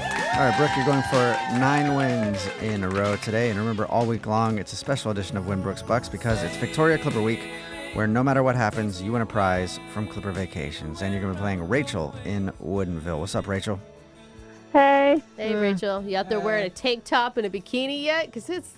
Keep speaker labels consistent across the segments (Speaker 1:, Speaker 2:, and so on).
Speaker 1: All right, Brooke, you're going for nine wins in a row today. And remember, all week long, it's a special edition of Win Brooks Bucks because it's Victoria Clipper Week, where no matter what happens, you win a prize from Clipper Vacations. And you're going to be playing Rachel in Woodinville. What's up, Rachel?
Speaker 2: Hey.
Speaker 3: Hey, Rachel, you out there wearing a tank top and a bikini yet? Because it's,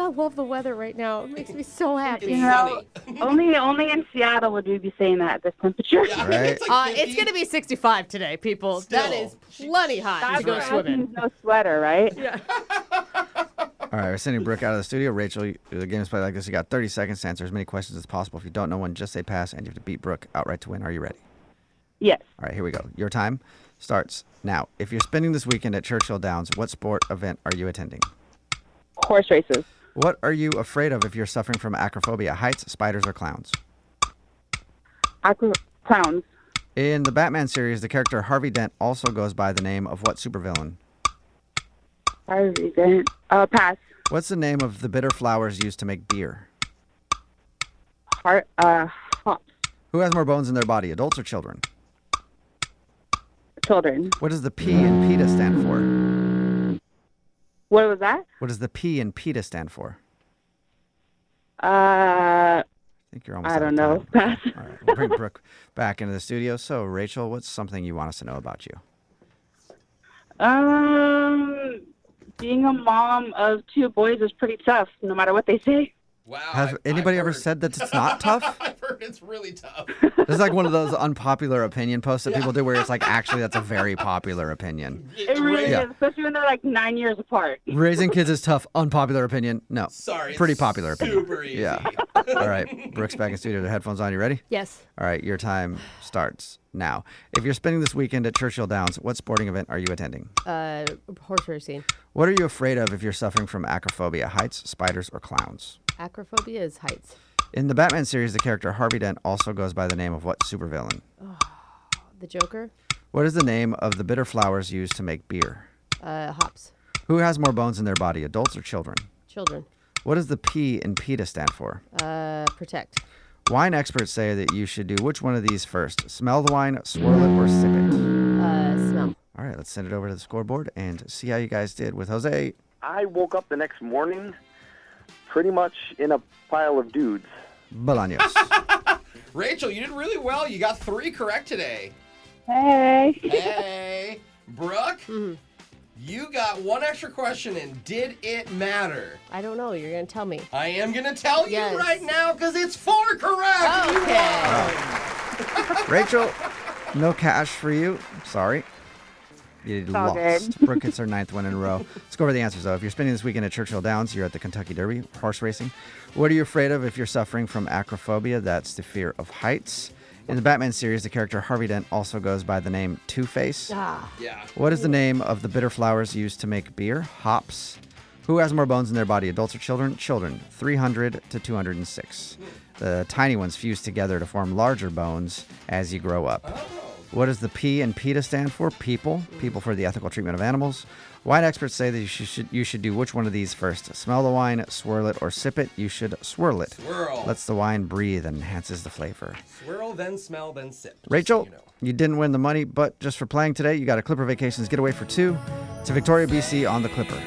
Speaker 3: I love the weather right now. It makes me so happy.
Speaker 2: You know, only only in Seattle would you be saying that at this temperature.
Speaker 1: I mean, it's
Speaker 3: Uh, it's going to be 65 today, people. That
Speaker 4: Still.
Speaker 3: is plenty hot to go
Speaker 2: That's
Speaker 3: swimming.
Speaker 2: No sweater, right?
Speaker 1: All right, we're sending Brooke out of the studio. Rachel, you- the game is played like this. You got 30 seconds to answer as many questions as possible. If you don't know one, just say pass, and you have to beat Brooke outright to win. Are you ready?
Speaker 2: Yes.
Speaker 1: All right, here we go. Your time starts now. If you're spending this weekend at Churchill Downs, what sport event are you attending?
Speaker 2: Horse races.
Speaker 1: What are you afraid of if you're suffering from acrophobia, heights, spiders, or clowns?
Speaker 2: Aqua clowns.
Speaker 1: In the Batman series, the character Harvey Dent also goes by the name of what supervillain?
Speaker 2: Fire vegan. Uh, pass.
Speaker 1: What's the name of the bitter flowers used to make beer?
Speaker 2: Heart. Uh, hops.
Speaker 1: Who has more bones in their body, adults or children?
Speaker 2: Children.
Speaker 1: What does the P in PETA stand for?
Speaker 2: What was that?
Speaker 1: What does the P in PETA stand for? I
Speaker 2: Uh,
Speaker 1: think you're almost.
Speaker 2: I
Speaker 1: out of
Speaker 2: don't know.
Speaker 1: time.
Speaker 2: Pass.
Speaker 1: All right, we'll bring Brooke back into the studio. So, Rachel, what's something you want us to know about you?
Speaker 2: Um, being a mom of two boys is pretty tough, no matter what they say.
Speaker 4: Wow.
Speaker 1: Has
Speaker 4: I've-
Speaker 1: anybody
Speaker 4: I've
Speaker 1: ever
Speaker 4: Oh, heard.
Speaker 1: said that it's not tough?
Speaker 4: I've heard it's really tough.
Speaker 1: This is like one of those unpopular opinion posts that people do, where it's like, actually, that's a very popular opinion.
Speaker 2: It really
Speaker 1: Yeah.
Speaker 2: is, especially when they're like nine years apart.
Speaker 1: Raising kids is tough. Unpopular opinion? No.
Speaker 4: Sorry. it's
Speaker 1: Pretty popular opinion.
Speaker 4: Super easy.
Speaker 1: Yeah. All right, Brooke's back in studio. The headphones on. You ready?
Speaker 3: Yes.
Speaker 1: All right, your time starts now. If you're spending this weekend at Churchill Downs, what sporting event are you attending?
Speaker 3: Uh, horse racing.
Speaker 1: What are you afraid of if you're suffering from acrophobia, heights, spiders, or clowns?
Speaker 3: Acrophobia is heights.
Speaker 1: In the Batman series, the character Harvey Dent also goes by the name of what supervillain?
Speaker 3: The Joker,
Speaker 1: What is the name of the bitter flowers used to make beer?
Speaker 3: uh, hops.
Speaker 1: Who has more bones in their body, adults or children?
Speaker 3: Children,
Speaker 1: What does the P in PETA stand for?
Speaker 3: uh, protect.
Speaker 1: Wine experts say that you should do which one of these first? Smell the wine, swirl it, or sip it?
Speaker 3: Uh, smell.
Speaker 1: All right, let's send it over to the scoreboard and see how you guys did with Jose.
Speaker 5: I woke up the next morning pretty much in a pile of dudes.
Speaker 1: Bolaños.
Speaker 4: Rachel, you did really well. You got three correct today.
Speaker 2: Hey.
Speaker 4: Hey, Brooke, you got one extra question, and did it matter?
Speaker 3: I don't know. You're gonna tell me.
Speaker 4: I am gonna tell
Speaker 3: Yes.
Speaker 4: you right now because it's four correct. You
Speaker 3: Okay.
Speaker 1: Rachel, no cash for you. Sorry. You
Speaker 2: all
Speaker 1: lost. Brooke gets her ninth win in a row. Let's go over the answers, though. If you're spending this weekend at Churchill Downs, you're at the Kentucky Derby, horse racing. What are you afraid of if you're suffering from acrophobia? That's the fear of heights. In the Batman series, the character Harvey Dent also goes by the name Two Face.
Speaker 3: Ah,
Speaker 4: Yeah.
Speaker 1: What is the name of the bitter flowers used to make beer? Hops. Who has more bones in their body, adults or children? Children, 300 to 206. The tiny ones fuse together to form larger bones as you grow up. What does the P in PETA stand for? People. People for the ethical treatment of animals. Wine experts say that you should you should do which one of these first? Smell the wine, swirl it, or sip it. You should swirl it.
Speaker 4: Swirl.
Speaker 1: Lets the wine breathe and enhances the flavor.
Speaker 4: Swirl, then smell, then sip. just so
Speaker 1: Rachel,
Speaker 4: you know.
Speaker 1: you didn't win the money, but just for playing today, you got a Clipper Vacations getaway for two to Victoria, BC on the Clipper.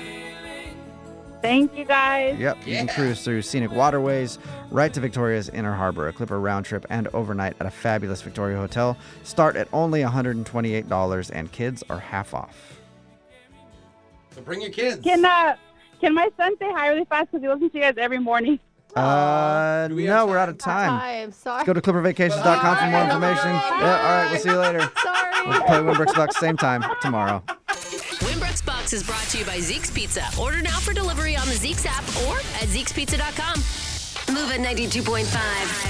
Speaker 2: Thank you guys.
Speaker 1: Yep, you can cruise through scenic waterways right to Victoria's Inner Harbor, a Clipper round trip and overnight at a fabulous Victoria hotel. Start at only $128, and kids are half off.
Speaker 4: So bring your kids.
Speaker 2: Can uh, can my son say hi really fast because he listens to you guys every morning?
Speaker 1: Uh,
Speaker 4: we have
Speaker 1: no, we're out of time.
Speaker 3: I am sorry.
Speaker 1: Go to clippervacations.com for more information. Yeah, all right, we'll see you later.
Speaker 3: sorry.
Speaker 1: We'll play Winbrooks Bucks same time tomorrow.
Speaker 6: Winbrook's Box is brought to you by Zeke's Pizza. Order now for delivery on the Zeke's app or at Zeke'sPizza.com. Move at 92.5.